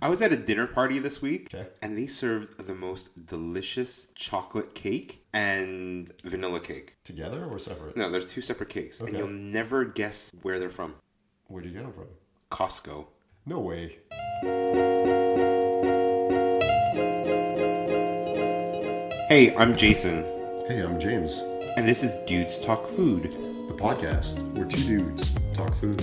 I was at a dinner party this week, Okay. and they served the most delicious chocolate cake and vanilla cake. Together or separate? No, there's two separate cakes, and Okay. you'll never guess where they're from. Where'd you get them from? Costco. No way. Hey, I'm Jason, Hey, I'm James. and this is Dudes Talk Food. The podcast where two dudes talk food.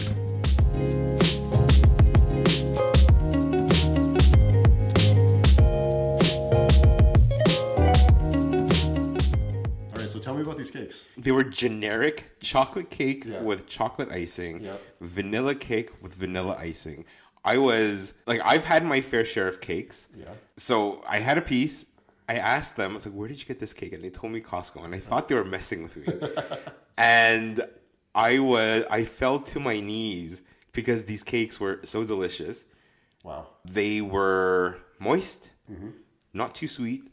All right, so tell me about these cakes. They were generic chocolate cake Yeah. with chocolate icing, Yep. vanilla cake with vanilla icing. I was like, I've had my fair share of cakes. Yeah. So I had a piece. I asked them, I was like, where did you get this cake? And they told me Costco. And I thought they were messing with me. and I was I fell to my knees because these cakes were so delicious. Wow. They were moist, Mm-hmm. not too sweet.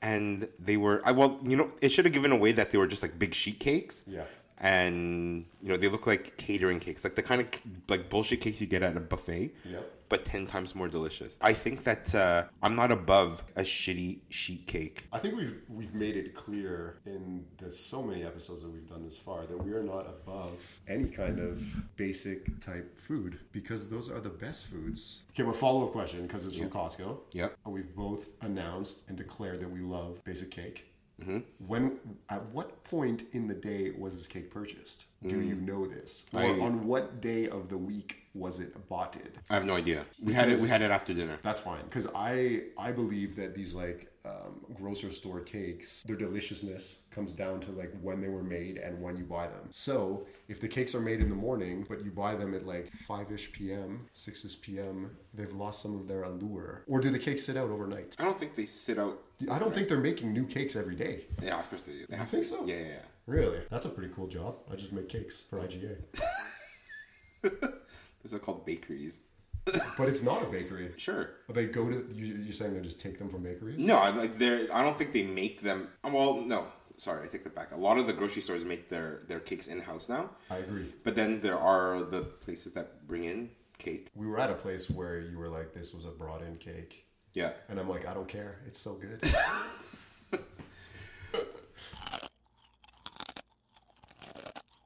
And they were I well, you know, it should have given away that they were just like big sheet cakes. Yeah. And you know, they look like catering cakes, like the kind of like bullshit cakes you get at a buffet Yep. but 10 times more delicious. I think that uh, I'm not above a shitty sheet cake. I think we've we've made it clear in the so many episodes that we've done this far that we are not above any kind of basic type food because those are the best foods. Okay, my follow up question because it's from Costco. Yep. We've both announced and declared that we love basic cake. When at what point in the day was this cake purchased? Do you know this, or I- on what day of the week was it boughted? I have no idea. We had it we had it after dinner. That's fine because I I believe that these like um, grocery store cakes, their deliciousness comes down to like when they were made and when you buy them. So if the cakes are made in the morning, but you buy them at like five ish p.m., six ish p.m., they've lost some of their allure. Or do the cakes sit out overnight? I don't think they sit out I don't think they're making new cakes every day. Yeah, of course they do. They I have think so. to. Yeah, yeah, yeah. Really? That's a pretty cool job. I just make cakes for IGA, Those are called bakeries. but it's not a bakery. Sure. They go to you, you're saying they just take them from bakeries? No, I like they're I don't think they make them uh, well, no. Sorry, I take that back. A lot of the grocery stores make their their cakes in-house now. I agree. But then there are the places that bring in cake. we were at a place where you were like, this was a brought in cake. Yeah. And I'm like, I don't care. It's so good.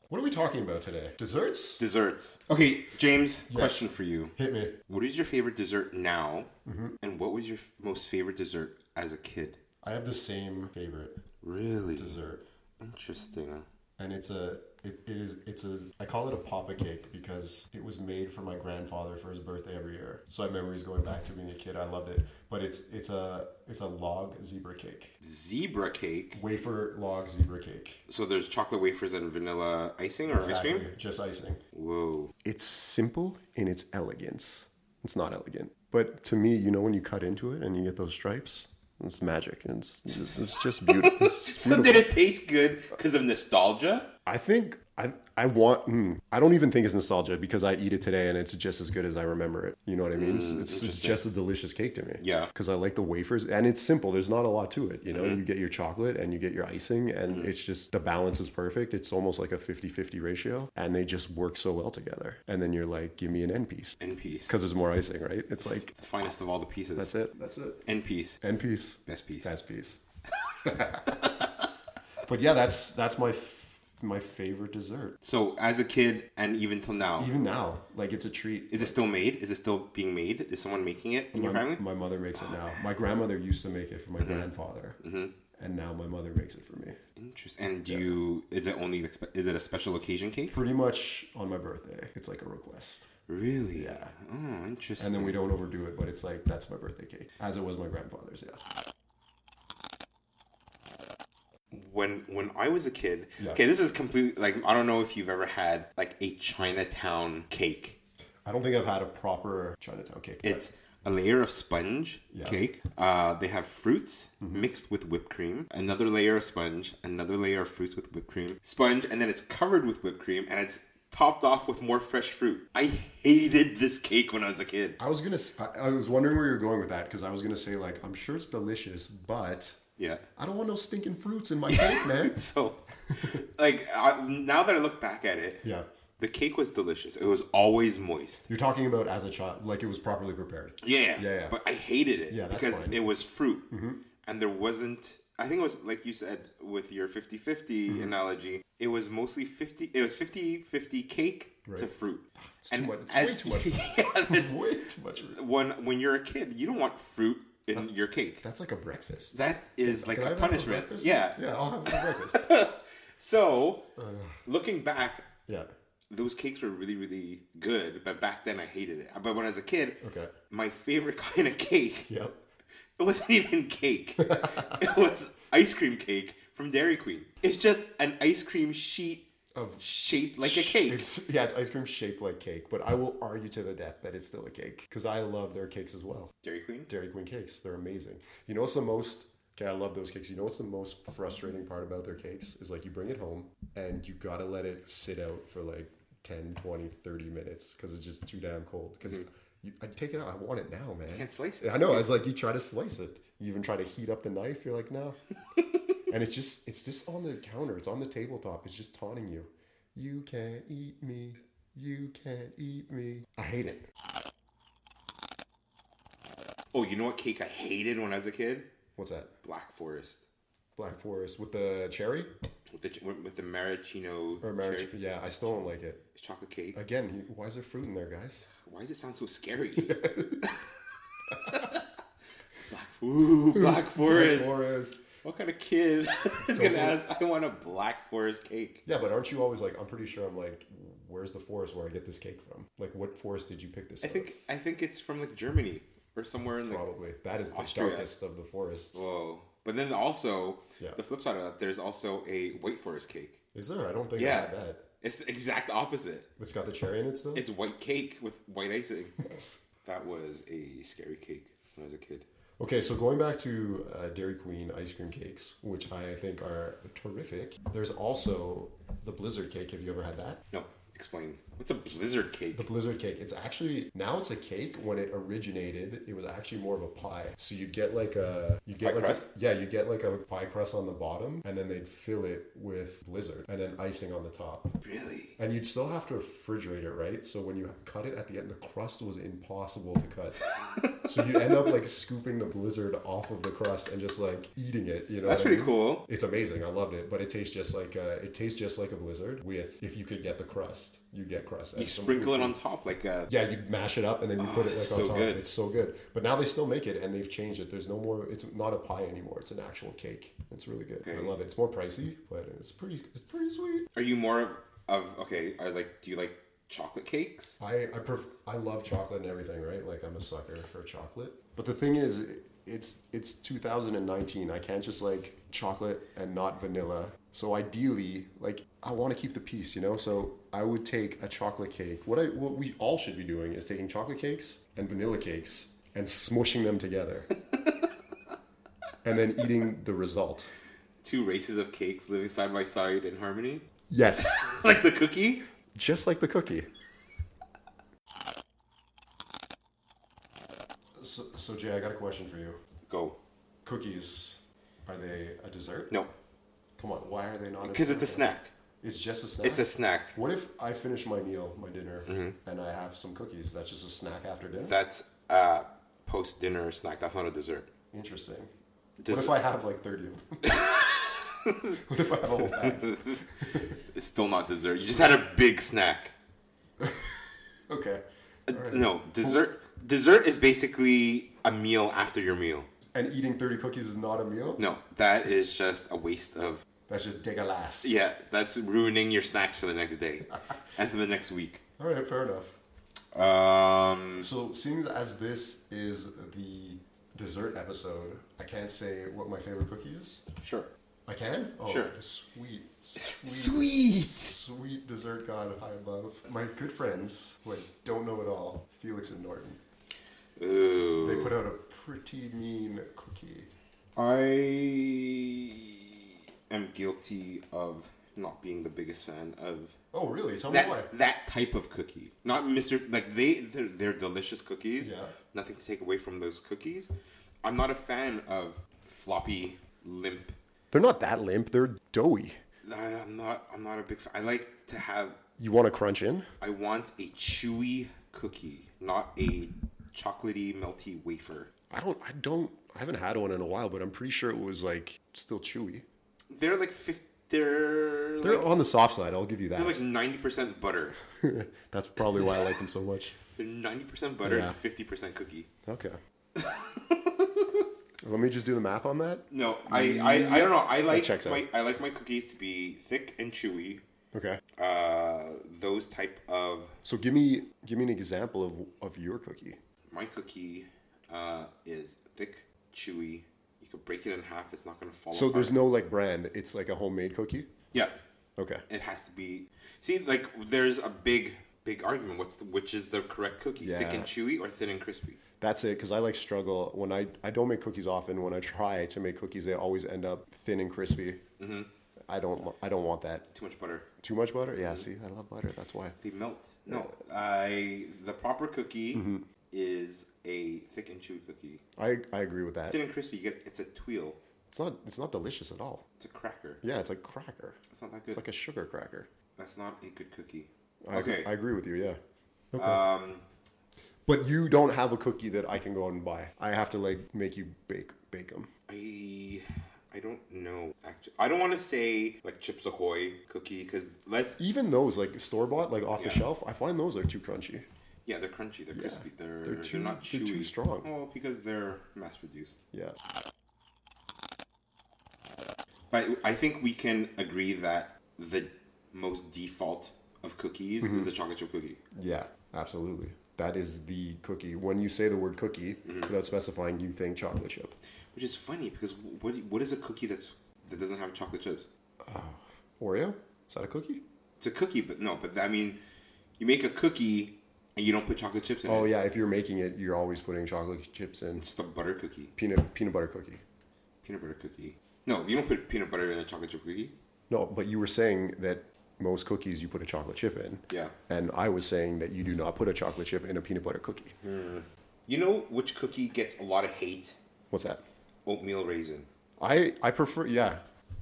what are we talking about today? Desserts? Desserts. Okay, James, question for you. Hit me. What is your favorite dessert now? Mm-hmm. And what was your f- most favorite dessert as a kid? I have the same favorite Really dessert. interesting. And it's a it, it is it's a I call it a papa cake because it was made for my grandfather for his birthday every year. So I have memories going back to being a kid. I loved it. But it's it's a it's a log zebra cake. Zebra cake. Wafer log zebra cake. So there's chocolate wafers and vanilla icing or ice cream. Exactly. Just icing. Whoa. It's simple in its elegance. It's not elegant, but to me, you know, when you cut into it and you get those stripes, it's magic. It's just, it's just beautiful. It's just So did it taste good because of nostalgia? I think I I want. Mm, I don't even think it's nostalgia because I eat it today and it's just as good as I remember it. You know what I mean? It's- it's, it's just a delicious cake to me. Yeah. Because I like the wafers and it's simple. There's not a lot to it. You know, you get your chocolate and you get your icing and it's just the balance is perfect. It's almost like a 50-50 ratio and they just work so well together. And then you're like, give me an end piece End piece. because there's more icing, right? It's like The finest of all the pieces. that's it. That's it. End piece. End piece. Best piece. Best piece. but yeah, that's that's my f- my favorite dessert. So as a kid and even till now, Even now, like it's a treat. is it still made? Is it still being made? Is someone making it in your my, family? my mother makes it now. My grandmother used to make it for my grandfather, and now my mother makes it for me. Interesting. And do you? Is it only? expe- Is it a special occasion cake? Pretty much on my birthday, it's like a request, Really? Yeah. Oh, interesting. and then we don't overdo it. But it's like that's my birthday cake, as it was my grandfather's. Yeah, when when I was a kid, Yeah. okay, this is complete. Like I don't know if you've ever had like a Chinatown cake. I don't think I've had a proper Chinatown cake. but It's a layer of sponge Yeah. cake. Uh, they have fruits mixed with whipped cream. Another layer of sponge. Another layer of fruits with whipped cream. Sponge, and then it's covered with whipped cream, and it's topped off with more fresh fruit. I hated this cake when I was a kid. I was gonna. s- I- I was wondering where you were going with that because I was gonna say like I'm sure it's delicious, but Yeah. I don't want no stinking fruits in my cake, man. So, like I, now that I look back at it, Yeah. The cake was delicious. It was always moist. You're talking about as a child, like it was properly prepared. Yeah, Yeah, yeah. But I hated it Yeah, that's because fine. it Mm-hmm. was fruit, and there wasn't. I think it was like you said with your 50-50 Mm-hmm. analogy. It was mostly fifty. It was 50-50 cake to Right. fruit. It's too much. It's as- way too much. yeah, It's that's- way too much. of it. when when you're a kid, you don't want fruit in your cake. That's like a breakfast. That is like Can a I have that for punishment. breakfast? Yeah. Yeah, I'll have it for breakfast. So, looking back, yeah. those cakes were really really good, but back then I hated it. But when I was a kid, Okay. my favorite kind of cake Yep. It wasn't even cake. it was ice cream cake from Dairy Queen. It's just an ice cream sheet Of- shaped like a cake. It's yeah, it's ice cream shaped like cake, but I will argue to the death that it's still a cake because I love their cakes as well. Dairy Queen? Dairy Queen cakes, they're amazing. You know what's the most? Okay, I love those cakes. You know what's the most frustrating part about their cakes is like you bring it home and you gotta let it sit out for like 10, 20, 30 minutes because it's just too damn cold. Because I take it out, I want it now, man. Mm-hmm. Can't slice it. I know. It's like you try to slice it. You even try to heat up the knife. You're like, no. and it's just it's just on the counter. It's on the tabletop. It's just taunting you. You can't eat me. You can't eat me. I hate it. Oh, you know what cake I hated when I was a kid? What's that? Black Forest. Black Forest with the cherry With the, ch- with the maraschino or marriage? cherry- Yeah, I still don't like it. chocolate cake. Again, you- why is there fruit in there, guys? Why does it sound so scary? black, ooh, black Forest. Black Forest. What kind of kid is going to ask, I want a Black Forest cake? Yeah, but aren't you always like? I'm pretty sure I'm like, where's the forest where I get this cake from? Like, what forest did you pick this? I think, I think it's from like Germany or somewhere in like probably that is the Austria. darkest of the forests. Whoa. But then also, Yeah. the flip side of that, there's also a white forest cake. Is there? I don't think I Yeah. had that. It's the exact opposite. It's got the cherry in it still? It's white cake with white icing. Yes. That was a scary cake when I was a kid. Okay, so going back to uh, Dairy Queen ice cream cakes, which I think are terrific, there's also the blizzard cake. Have you ever had that? No, explain. What's a blizzard cake? The blizzard cake. It's actually now it's a cake. When it originated, it was actually more of a pie. So you get like a you get Pie like crust? A, yeah, you get like a pie crust on the bottom, and then they'd fill it with blizzard and then icing on the top. Really? And you'd still have to refrigerate it, right? So when you cut it at the end, the crust was impossible to cut. so you end up like scooping the blizzard off of the crust and just like eating it. You know, That's what pretty I mean? cool. It's amazing. I loved it, but it tastes just like uh, it tastes just like a blizzard. With if you could get the crust, you get crust. You sprinkle it on top like uh, a. Yeah, you mash it up and then you put it like on so top. good. It's so good. But now they still make it and they've changed it. There's no more. It's not a pie anymore. It's an actual cake. It's really good. I Okay. love it. It's more pricey, but it's pretty. It's pretty sweet. Are you more of, of okay? Are like, do you like chocolate cakes? I I, pref- I love chocolate and everything, right? Like I'm a sucker for chocolate. But the thing is, it's it's 2019. I can't just like chocolate and not vanilla. So ideally, like I want to keep the peace, you know. So I would take a chocolate cake. What I what we all should be doing is taking chocolate cakes and vanilla cakes and smushing them together, and then eating the result. Two races of cakes living side by side in harmony? Yes, like the cookie? just like the cookie. So, so Jay, I got a question for you. Go. cookies are they a dessert? No. Come on, why are they not? Because it's a dessert? snack. It's just a snack. It's a Mm-hmm. snack. What if I finish my meal, my dinner, and I have some cookies? That's just a snack after dinner. That's a post dinner snack. That's not a dessert. Interesting. Dessert- What if I have like thirty of them? what if I have a whole bag? It's still not dessert. You just had a big snack. Uh, Okay. All right. No, dessert. Dessert is basically a meal after your meal. And eating thirty cookies is not a meal. No, that is just a waste of. That's just dégueulasse. Yeah, that's ruining your snacks for the next day and for the next week. All right, fair enough. Um, So, seeing as this is the dessert episode, I can't say what my favorite cookie is. sure. I can? Oh, Sure. the sweet, sweet, Sweet. sweet dessert god high above. My good friends, who I don't know at all, Felix and Norton, they Ooh. put out a pretty mean cookie. I am guilty of not being the biggest fan of Oh, really? Tell me why. that that type of cookie, not Mr. Like they they're, they're delicious cookies. Yeah. Nothing to take away from those cookies. I'm not a fan of floppy, limp. They're not that limp, they're doughy. I- I'm not. I'm not a big fan. I like to have You want to crunch in? I want a chewy cookie, not a chocolatey, melty wafer. I don't. I don't. I haven't had one in a while, but I'm pretty sure it was like still chewy. They're like 50, they're, They're like, on the soft side. I'll give you that. they're like 90% butter. That's probably why I like them so much. They're 90% butter Yeah. and 50% cookie. Okay. Let me just do the math on that. No, I, I, I don't know. I like Mm-hmm. checks out. my I like my cookies to be thick and chewy. Okay. Uh, those type of So give me give me an example of of your cookie. my cookie uh, is thick, chewy. You could break it in half; it's not gonna fall. So apart. there's no like brand. It's like a homemade cookie. yeah, Okay. it has to be. See, like there's a big big argument. What's the, which is the correct cookie? Thick Yeah. and chewy or thin and crispy? That's it. Because I like struggle when I I don't make cookies often. When I try to make cookies, they always end up thin and crispy. Mm-hmm. I don't I don't want that. Too much butter. Too much butter? Yeah. See, I love butter. That's why. They melt. No, I the proper cookie Mm-hmm. is a thick and chewy cookie. I I agree with that. Thin and crispy. You get it's a tweel. It's not it's not delicious at all. It's a cracker. Yeah, it's like cracker. It's not that good. It's like a sugar cracker. That's not a good cookie. I, okay. I agree with you. Yeah. Okay. um, But you don't have a cookie that I can go out and buy. I have to like make you bake bake them. I I don't know. Actually, I don't want to say like Chips Ahoy cookie because let's Even those like store bought, like off Yeah. the shelf, I find those are too crunchy. yeah, they're crunchy, they're crispy, they're They're they're, too- not chewy. they're too strong. Well, because they're mass produced. Yeah. But I think we can agree that the most default of cookies Mm-hmm. is the chocolate chip cookie. Yeah. Absolutely. That is the cookie. When you say the word cookie Mm-hmm. without specifying, you think chocolate chip. Which is funny because what what is a cookie that's that doesn't have chocolate chips? Oreo? Is that a cookie? It's a cookie, but no, but I mean, you make a cookie and you don't put chocolate chips in Oh it. yeah. If you're making it, you're always putting chocolate chips in It's the butter cookie. peanut peanut butter cookie. Peanut butter cookie. No, you don't put peanut butter in a chocolate chip cookie. No, but you were saying that most cookies you put a chocolate chip in. Yeah. And I was saying that you do not put a chocolate chip in a peanut butter cookie. You know which cookie gets a lot of hate? What's that? Oatmeal raisin. I I prefer yeah.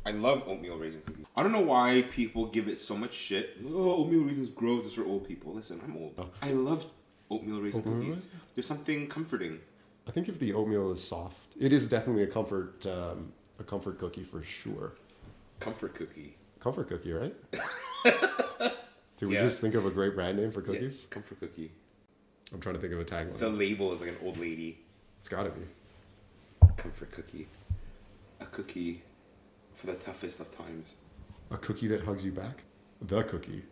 I love oatmeal raisin cookies. I don't know why people give it so much shit. Oh, oatmeal raisin's gross. It's for old people. Listen, I'm old. I love Oh. oatmeal raisin cookies. There's something comforting. I think if the oatmeal is soft, it is definitely a comfort um, a comfort cookie for sure. Comfort cookie. Comfort cookie, right? Did we Yeah. just think of a great brand name for Yes. cookies? Comfort cookie. I'm trying to think of a tagline. The label is like an old lady. it's got to be. Comfort cookie. A cookie for the toughest of times. A cookie that hugs you back? The cookie.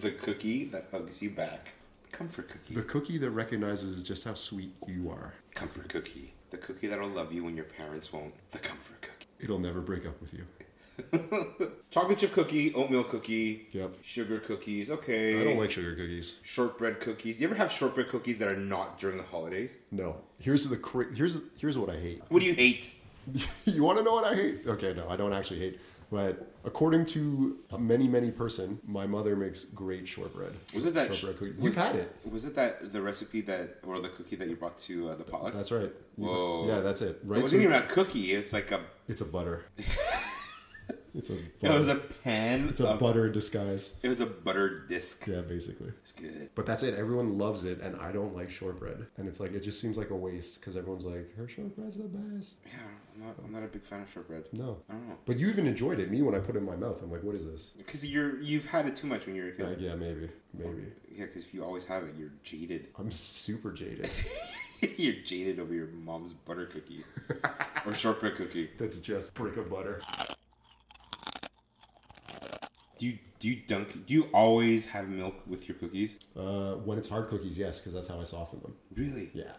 the cookie that hugs you back. Comfort cookie. The cookie that recognizes just how sweet you are. Comfort cookie. The cookie that'll love you when your parents won't. The comfort cookie. It'll never break up with you. Chocolate chip cookie, oatmeal cookie, Yep. sugar cookies, okay. I don't like sugar cookies. shortbread cookies. You ever have shortbread cookies that are not during the holidays? No. Here's the cra- here's here's what I hate. What do you hate? you want to know what I hate? Okay, no, I don't actually hate. But according to a many, many person, my mother makes great shortbread. Was it that sh- shortbread cookie? was- You've had it. Was it that the recipe that or the cookie that you brought to uh, the potluck? That's right. You've- Whoa. Yeah, that's it. it Right. wasn't to- even a cookie. It's like a. it's a butter. it's a. Butter. It was a pan. it's a of, butter in disguise. It was a butter disc. Yeah, basically. It's good. But that's it. Everyone loves it, and I don't like shortbread. And it's like it just seems like a waste because everyone's like, "Her shortbread's the best." Yeah, I'm not, I'm not a big fan of shortbread. No. I don't know. But you even enjoyed it. Me, when I put it in my mouth, I'm like, "What is this?" Because you're you've had it too much when you were a kid. Like, yeah, maybe, maybe. Yeah, because if you always have it, you're jaded. I'm super jaded. you're jaded over your mom's butter cookie or shortbread cookie. That's just brick of butter. Do you do you dunk? Do you always have milk with your cookies? Uh, when it's hard cookies, yes, because that's how I soften them. Really? Yeah.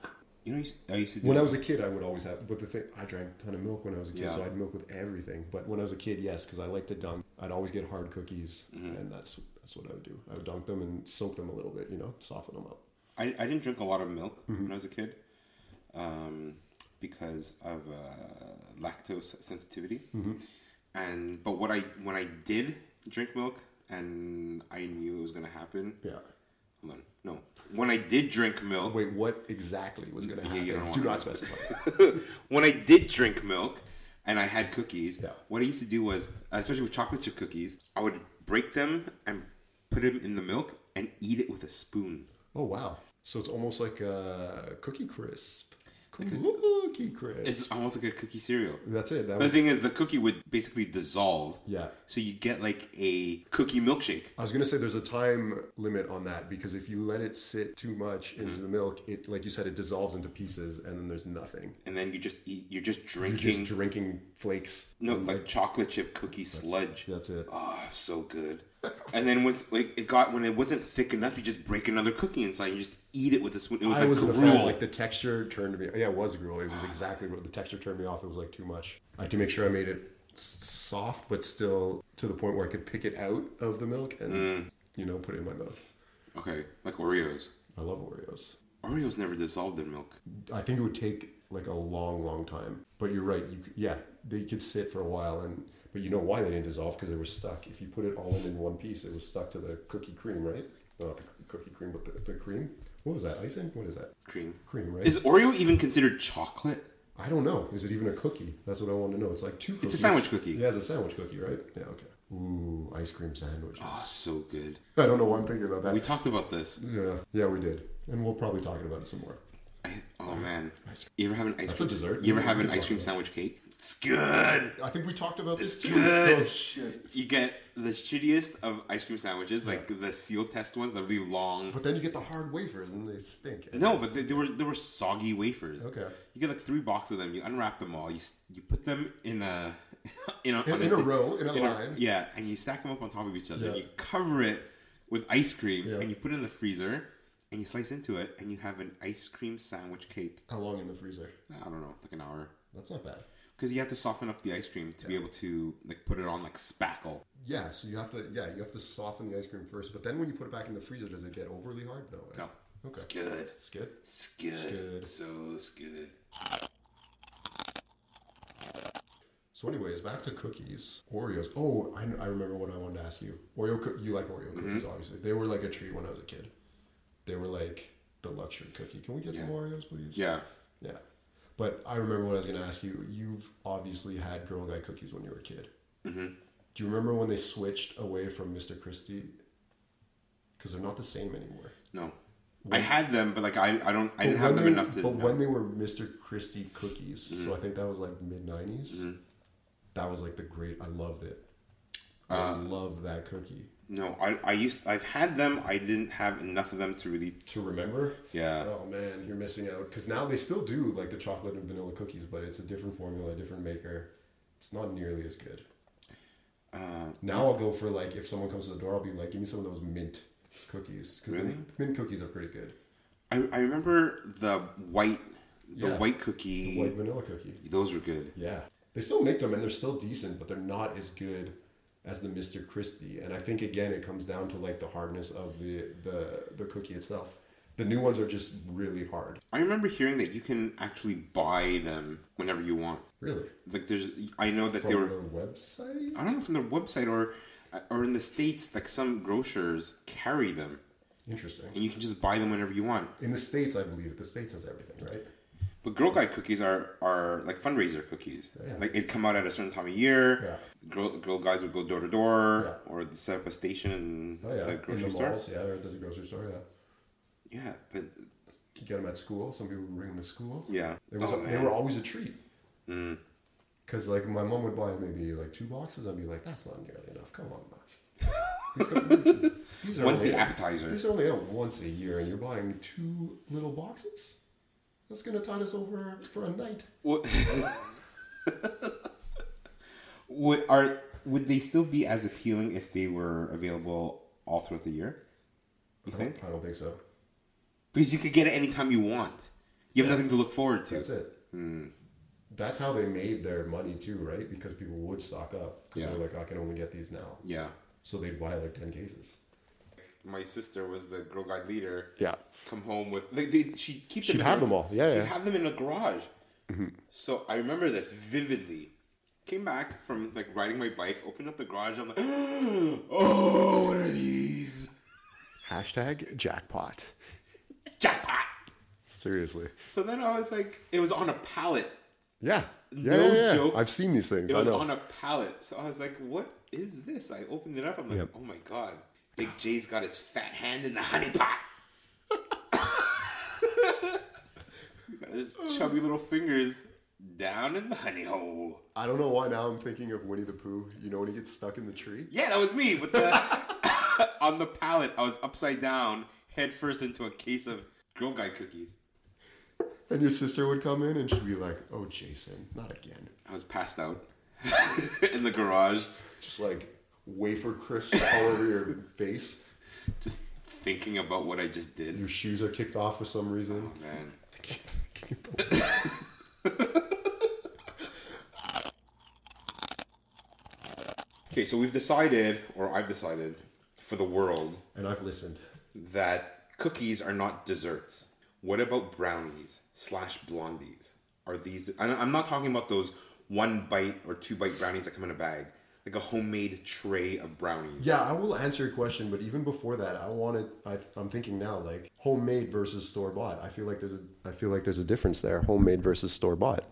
You know, I used- I used to do. When I was a kid, I would always have, but the thing, I drank a ton of milk when I was a kid, Yeah. so I had milk with everything. But when I was a kid, yes, because I liked to dunk. I'd always get hard cookies, and that's that's what I would do. I would dunk them and soak them a little bit, you know, soften them up. I, I didn't drink a lot of milk Mm-hmm. when I was a kid, um, because of uh, lactose sensitivity. Mm-hmm. And but what I when I did drink milk, and I knew it was gonna happen. Yeah. Hold on, no. When I did drink milk, Wait, what exactly was going to you happen? don't do wanna- not specify. when I did drink milk and I had cookies, Yeah. what I used to do was, especially with chocolate chip cookies, I would break them and put them in the milk, and eat it with a spoon. Oh wow! So it's almost like a cookie crisp. Cookie crisp. It's almost like a cookie cereal. That's it. That The was, thing is, the cookie would basically dissolve. yeah. So you get like a cookie milkshake. I was gonna say there's a time limit on that because if you let it sit too much into Mm-hmm. the milk, it like you said, it dissolves into pieces and then there's nothing. And then you just eat, you're just You're drinking, just drinking flakes. no, like chocolate chip cookie sludge. That's it. Oh, so good. And then once like it got when it wasn't thick enough, you just break another cookie inside. You just eat it with a spoon. It was I like was gruel. like the texture turned me. Yeah, it was gruel. It was exactly what the texture turned me off. It was like too much. I had to make sure I made it s- soft, but still to the point where I could pick it out of the milk and Mm. you know put it in my mouth. okay, like Oreos. I love Oreos. Oreos never dissolved in milk. I think it would take like a long, long time. But you're right. You could, yeah, they could sit for a while, and but you know why they didn't dissolve because they were stuck. If you put it all in in one piece, it was stuck to the cookie cream, right? Not the c- cookie cream, but the, the cream. What was that? Icing? What is that? Cream. Cream, right? Is Oreo even considered chocolate? I don't know. Is it even a cookie? That's what I want to know. It's like two. Cookies. sandwich cookie. Yeah, it's a sandwich cookie, right? Yeah. Okay. Ooh, ice cream sandwiches. Oh, so good. I don't know why I'm thinking about that. We talked about this. yeah, yeah, we did, and we'll probably talk about it some more. I, oh man, Ice you ever have an ice That's a cream? dessert. You ever have We an can ice talk cream about sandwich cake? It's good. I think we talked about this too. good. Oh shit! You get the shittiest of ice cream sandwiches, like the seal test ones, the really long. But then you get the hard wafers, and they stink. No, but they, they were they were soggy wafers. Okay. You get like three boxes of them. You unwrap them all. You s- you put them in a in a, in, on in a row, in a in a- line. yeah, and you stack them up on top of each other. Yeah. You cover it with ice cream, Yeah. and you put it in the freezer, and you slice into it, and you have an ice cream sandwich cake. How long in the freezer? I don't know, like an hour, That's not bad. because you have to soften up the ice cream to be able to like put it on like spackle. Yeah, so you have to yeah you have to soften the ice cream first, but then when you put it back in the freezer, does it get overly hard? No. eh? No, Okay. it's good. It's good. It's good. good. So it's good. So, anyways, back to cookies, Oreos. Oh, I, I remember what I wanted to ask you. Oreo, coo- you like Oreo cookies, Mm-hmm. obviously. They were like a treat when I was a kid. They were like the luxury cookie. Can we get some Oreos, please? Yeah. Yeah. But I remember what I was going to ask you. You've obviously had Girl Guide cookies when you were a kid. Mm-hmm. Do you remember when they switched away from Mr. Christie? Because they're not the same anymore. No. I had them, but like I, I don't I didn't But have when them they- enough to. But know. Mm. when they were Mr. Christie cookies, so I think that was like mid 90s. Mm-hmm. That was like the great. I loved it. I Uh, love that cookie. No, I, I used I've had them. I didn't have enough of them to really. To remember? Yeah, Oh man, you're missing out. Because now they still do like the chocolate and vanilla cookies, but it's a different formula, different maker. It's not nearly as good. Uh. uh, now I'll go for like if someone comes to the door, I'll be like, give me some of those mint cookies because Really? mint cookies are pretty good. I, I remember the white the Yeah. white cookie. White vanilla cookie. Those were good. Yeah. They still make them and they're still decent, but they're not as good as the Mr. Christie. And I think again it comes down to like the hardness of the the, the cookie itself. The new ones are just really hard. I remember hearing that you can actually buy them whenever you want. Really? Like there's I know that From they were the website? I don't know from their website or uh, or in the states like some grocers carry them Interesting. and you can just buy them whenever you want. In the States, I believe. The States has everything, right? But Girl Guide cookies are are like fundraiser cookies. Yeah. Like it'd come out at a certain time of year. Yeah. Girl, girl guides would go door to door, or they'd set up a station in Oh, yeah. the In grocery the store. malls, yeah, or at the grocery store, yeah. Yeah, but You get them at school. Some people bring them to school. yeah, It was, Oh, they man. Mm. were always a treat. Because, like, my mom would buy maybe, like, two boxes. I'd be like, that's not nearly enough. Come on, Mom. These go- These are When's only the out- appetizer? These are only out once a year, and you're buying two little boxes? That's going to tide us over for a night. What, would are would they still be as appealing if they were available all throughout the year? You I don't, think? I don't think so. Because you could get it anytime you want. You have nothing to look forward to. That's it. Mm. That's how they made their money too, right? Because people would stock up because Yeah. they're like, I can only get these now, Yeah. so they'd buy like ten cases. My sister was the Girl Guide leader. Yeah. Come home with they, they, she'd keep them. She'd in have her- them all. Yeah, She'd yeah. Mm-hmm. have them in a garage. So I remember this vividly. Came back from like riding my bike, opened up the garage. I'm like, oh, what are these? Hashtag jackpot. Jackpot. Seriously. So then I was like, it was on a pallet. Yeah. Yeah. No yeah, yeah. joke. I've seen these things. It was on a pallet. So I was like, what is this? I opened it up. I'm like, Yep. oh my God. Big J's got his fat hand in the honey pot. got his chubby little fingers down in the honey hole. I don't know why now I'm thinking of Winnie the Pooh. You know when he gets stuck in the tree? Yeah, that was me with the on the pallet. I was upside down, head first into a case of Girl Guide cookies. And your sister would come in and she'd be like, oh, Jason, not again. I was passed out in the garage, Just like wafer crisps all over your face. just thinking about what I just did. Your shoes are kicked off for some reason. Man, okay, so we've decided, or I've decided, for the world and I've listened. that cookies are not desserts. What about brownies slash blondies? Are these? I- I'm not talking about those one bite or two bite brownies that come in a bag, like a homemade tray of brownies. Yeah, I will answer your question, but even before that, I wanted. I, I'm thinking now, like homemade versus store bought. I feel like there's a. I feel like there's a difference there, homemade versus store bought.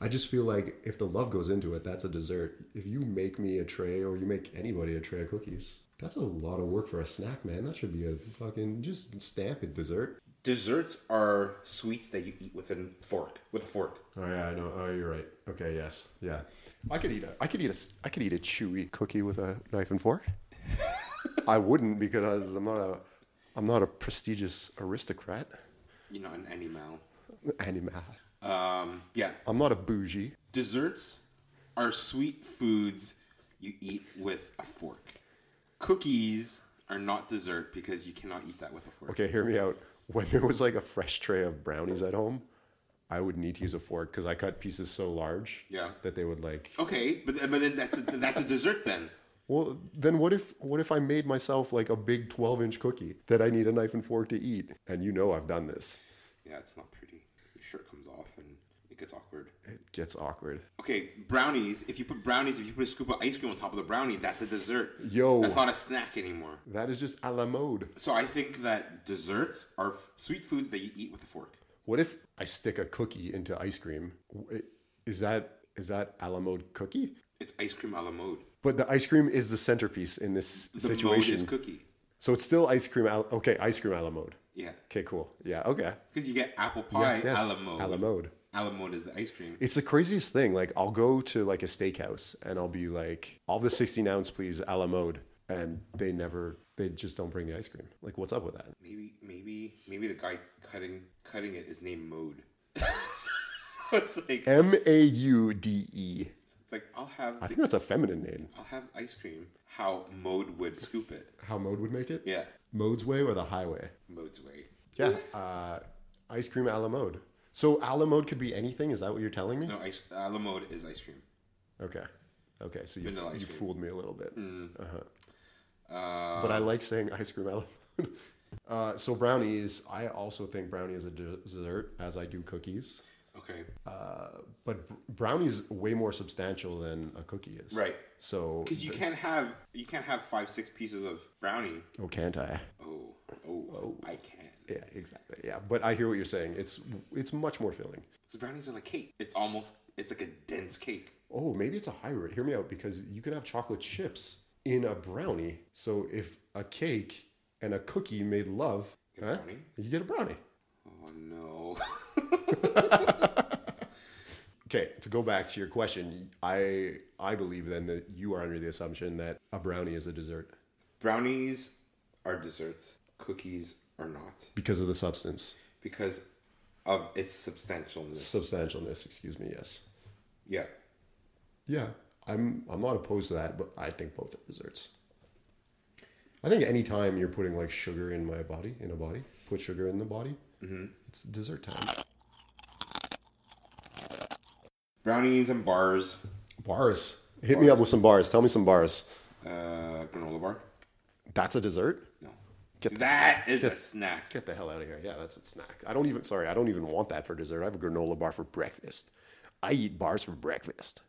I just feel like if the love goes into it, that's a dessert. If you make me a tray, or you make anybody a tray of cookies, that's a lot of work for a snack, man. That should be a fucking just stamp it dessert. Desserts are sweets that you eat with a fork. With a fork. Oh yeah, I know. Oh, you're right. Okay, yes, yeah. I could eat a. I could eat a. I could eat a chewy cookie with a knife and fork. I wouldn't because I'm not a. I'm not a prestigious aristocrat. You know, an animal. Animal. Um, yeah, I'm not a bougie. desserts are sweet foods you eat with a fork. Cookies are not dessert because you cannot eat that with a fork. Okay, hear me out. When there was like a fresh tray of brownies at home, I would need to use a fork because I cut pieces so large Yeah. that they would like. Okay, but, but then that's a, that's a dessert then. Well, then what if what if I made myself like a big 12-inch cookie that I need a knife and fork to eat? And you know I've done this. Yeah, it's not pretty. Your shirt comes off and it gets awkward. It gets awkward. Okay, brownies. If you put brownies, if you put a scoop of ice cream on top of the brownie, that's a dessert. Yo. That's not a snack anymore. That is just a la mode. So I think that desserts are f- sweet foods that you eat with a fork. What if I stick a cookie into ice cream? W- Is that is that a la mode cookie? It's ice cream a la mode. But the ice cream is the centerpiece in this The situation. mode is cookie. so it's still ice cream. Al- okay, ice cream a la mode. Yeah. Okay, cool. Yeah. Okay. Because you get apple pie Yes. Yes. a la mode. A la mode. A la mode is the ice cream. It's the craziest thing. Like I'll go to like a steakhouse and I'll be like, "All the 16 ounce, please, a la mode," and they never, they just don't bring the ice cream. Like, what's up with that? Maybe, maybe, maybe the guy cutting cutting it is named Mode. so it's like M A U D E. it's like I'll have I think that's a feminine name. I'll have ice cream. How Mode would scoop it? How mode would make it? Yeah, Mode's way or the highway? Mode's way. Yeah. Uh, ice cream a la mode. So a la mode could be anything. Is that what you're telling me? No, ice a la mode is ice cream. Okay. Okay. So you, Vanilla ice you cream. Mm. fooled me a little bit. Uh, But I like saying ice cream a la mode. Uh, so brownies, I also think brownie is a dessert, as I do cookies. Uh, okay, But br- brownie's way more substantial than a cookie is. Right. So. because you can't have you can't have five six pieces of brownie. Oh, can't I? Oh, oh, I can. Yeah, exactly. Yeah, but I hear what you're saying. It's it's much more filling. Because brownies are like cake. It's almost it's like a dense cake. Oh, maybe it's a hybrid. Hear me out because you can have chocolate chips in a brownie. So if a cake and a cookie made love, a huh, brownie? you get a brownie. Oh no. Okay, to go back to your question, I I believe then that you are under the assumption that a brownie is a dessert Brownies are desserts. Cookies are not because of the substance, because of its substantialness. substantialness. Excuse me. Yes. Yeah. Yeah, I'm I'm not opposed to that, but I think both are desserts. I think any time you're putting like sugar in my body, in a body, put sugar in the body, it's dessert time. Brownies and bars. Bars. Hit me up with some bars. Tell me some bars. Uh, granola bar. That's a dessert? No. that is a snack. Get the hell out of here. Yeah, that's a snack. I don't even, sorry, I don't even want that for dessert. I have a granola bar for breakfast. I eat bars for breakfast.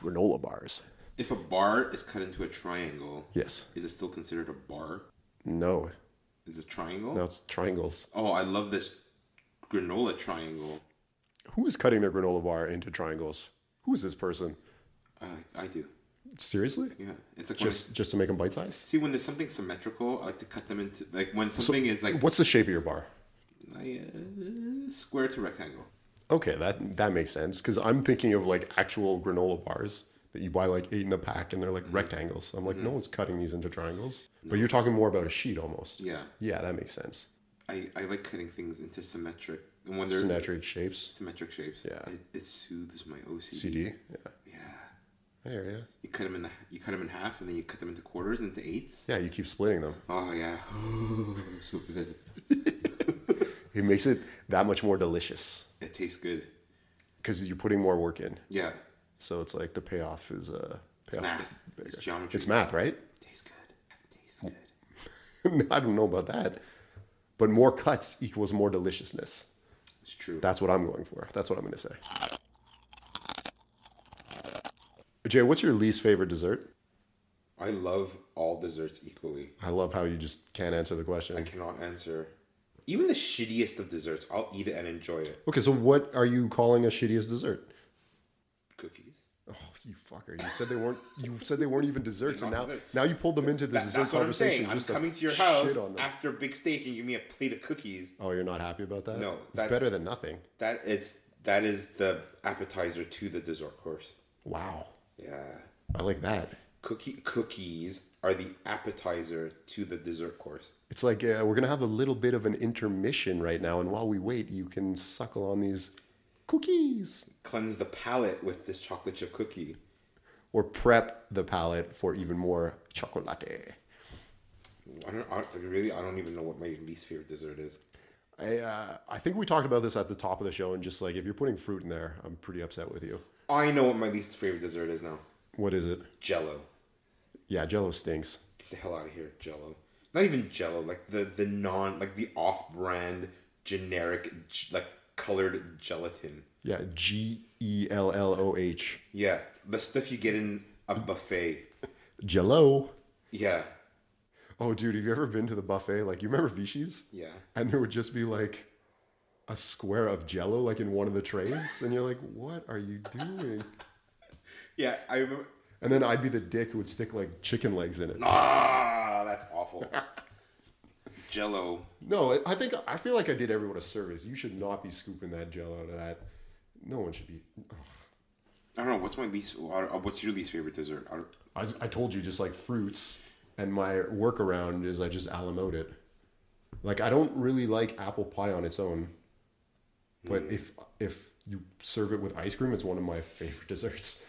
Granola bars. If a bar is cut into a triangle, Yes. is it still considered a bar? No. Is it triangle? No, it's triangles. Oh, I love this granola triangle. Who is cutting their granola bar into triangles? Who is this person? I I do. Seriously? Yeah, it's like Just just to make them bite size? when, see when there's something symmetrical, I like to cut them into like when something is like What's the shape of your bar? I, uh, square to rectangle. Okay, that that makes sense because I'm thinking of like actual granola bars that you buy like eight in a pack and they're Mm-hmm. like rectangles. I'm like, no one's cutting these into triangles. But you're talking more about a sheet almost. Yeah, Yeah, that makes sense. I, I like cutting things into symmetric and when they're Symmetric shapes. symmetric shapes. Yeah. it, it soothes my OCD. CD. Yeah. Yeah, I hear ya. you cut them in the, you cut them in half and then you cut them into quarters and into eights. Yeah, you keep splitting them. Oh yeah, so good. It makes it that much more delicious It tastes good. because you're putting more work in. Yeah, So it's like the payoff is uh, payoff. math. It's geometry. It's math, right? tastes good. Tastes good. I don't know about that, but more cuts equals more deliciousness. It's true. That's what I'm going for. That's what I'm going to say. Jay, what's your least favorite dessert? I love all desserts equally. I love how you just can't answer the I question. cannot answer. Even the shittiest of desserts, I'll eat it and enjoy it. Okay, so what are you calling a shittiest dessert? Cookies. Oh, you fucker! You said they weren't. You said they weren't even desserts, and not now desserts. now you pulled them into the That- dessert that's what I'm conversation. saying. I'm just to coming to your shit house on them. after a big steak and give me a plate of cookies. Oh, you're not happy about that? No, it's that's- better than nothing. That is that is the appetizer to the dessert course. Wow, Yeah. I like that. Cookie cookies are the appetizer to the dessert course. It's like uh, we're gonna have a little bit of an intermission right now, and while we wait, you can suckle on these cookies Cleanse the palate with this chocolate chip cookie. or prep the palate for even more chocolate. I don't I don't- really I don't even know what my least favorite dessert is. I uh, I think we talked about this at the top of the show, and just like if you're putting fruit in there, I'm pretty upset with you. I know what my least favorite dessert is now. What is it? Jello. Yeah, Jello stinks. Get the hell out of here, Jello. Not even Jello, like the the non like the off brand generic j- like colored gelatin. Yeah, G E L L O H. Yeah, the stuff you get in a buffet. Jello. Yeah, Oh, dude, have you ever been to the buffet? Like, you remember Vichy's? yeah. and there would just be like a square of jello like in one of the trays and you're like what are you doing Yeah, I remember and then i'd be the dick who would stick like chicken legs in it Ah, that's awful. Jello. no I- i think i feel like i did everyone a service you should not be scooping that jello out of that no one should be Ugh. I don't know what's my least. uh, What's your least favorite dessert? I don't- I, s- I told you just like fruits and my workaround is i just alamote it like i don't really like apple pie on its own but if if you serve it with ice cream it's one of my favorite desserts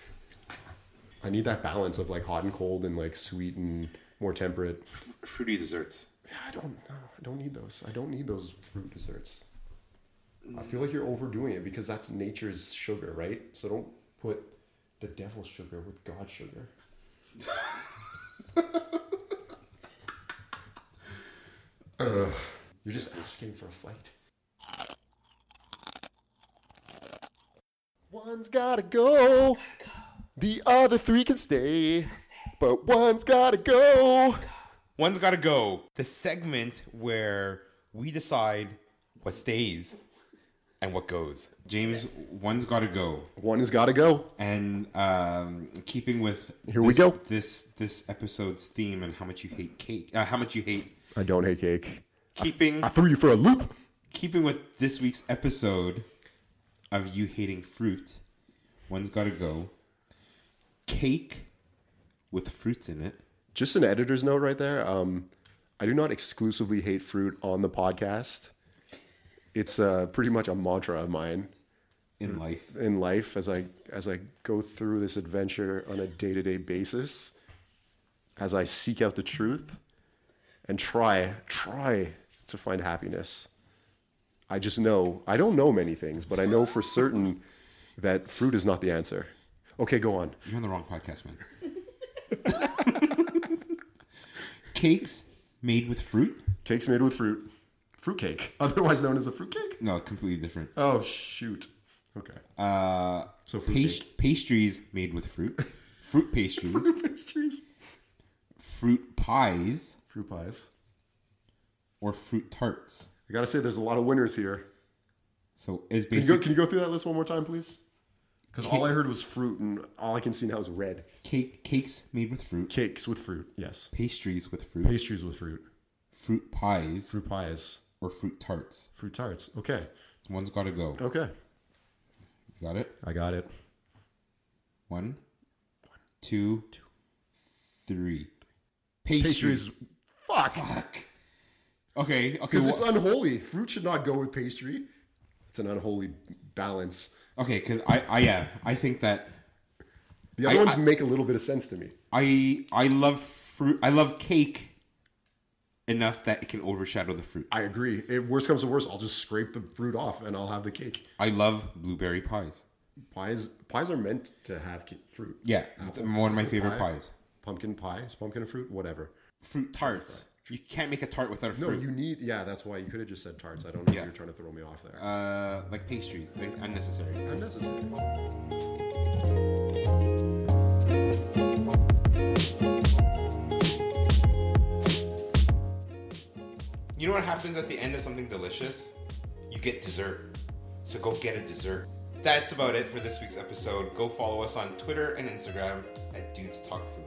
i need that balance of like hot and cold and like sweet and more temperate Fruity desserts. yeah i don't know i don't need those i don't need those fruit desserts i feel like you're overdoing it because that's nature's sugar right so don't put the devil's sugar with god's sugar Ugh. you're just asking for a fight one's gotta go the other three can stay but one's gotta go One's gotta go. The segment where we decide what stays and what goes. James, one's gotta go. one has gotta go And um, keeping with Here we this- go. This this episode's theme and how much you hate cake. Uh, how much you hate. I don't hate cake. Keeping I threw you for a loop. keeping with this week's episode of you hating fruit. One's gotta go. Cake with fruits in it. Just an editor's note right there. Um, I do not exclusively hate fruit on the podcast. It's uh, pretty much a mantra of mine Mm. In life, in life as I as I go through this adventure on a day to day basis, as I seek out the truth and try try to find happiness. I just know I don't know many things, but I know for certain that fruit is not the answer. Okay, go on. you're on the wrong podcast, man. Cakes made with fruit? Cakes made with fruit. Fruitcake, otherwise known as a fruitcake. No, completely different. Oh shoot. Okay. Uh, so fruit cake. Past- pastries made with fruit. Fruit pastries. fruit pastries, fruit pies fruit pies. or fruit tarts. I gotta say, there's a lot of winners here. So it's Can you basically go, can you go through that list one more time, please? Because all I heard was fruit, and all I can see now is red. Cake cakes made with fruit, Cakes with fruit, yes. pastries with fruit, Pastries with fruit. fruit pies, Fruit pies. or fruit tarts. Fruit tarts. Okay. One's got to go. Okay. Got it. I got it. One, two, three. Pastries. Pastries. Fuck. Fuck. Okay. Okay. Because it's wha- unholy. Fruit should not go with pastry. It's an unholy balance. okay. Because I, I, yeah, I think that The other I- ones make a little bit of sense to me. I, I love fruit. I love cake enough that it can overshadow the fruit. I agree. If worst comes to worst, I'll just scrape the fruit off and I'll have the cake. I love blueberry pies. Pies pies are meant to have ca- fruit. Yeah, it's one of my favorite pie. pies. Pumpkin pie, is pumpkin a fruit, whatever. Fruit tarts. You can't make a tart without a No, fruit. you need. Yeah, that's why you could have just said tarts. I don't know if Yeah. you're trying to throw me off there. Uh, like pastries, like unnecessary. Unnecessary. You know what happens at the end of something delicious? You get dessert. So go get a dessert. That's about it for this week's episode. Go follow us on Twitter and Instagram at Dudes Talk Food.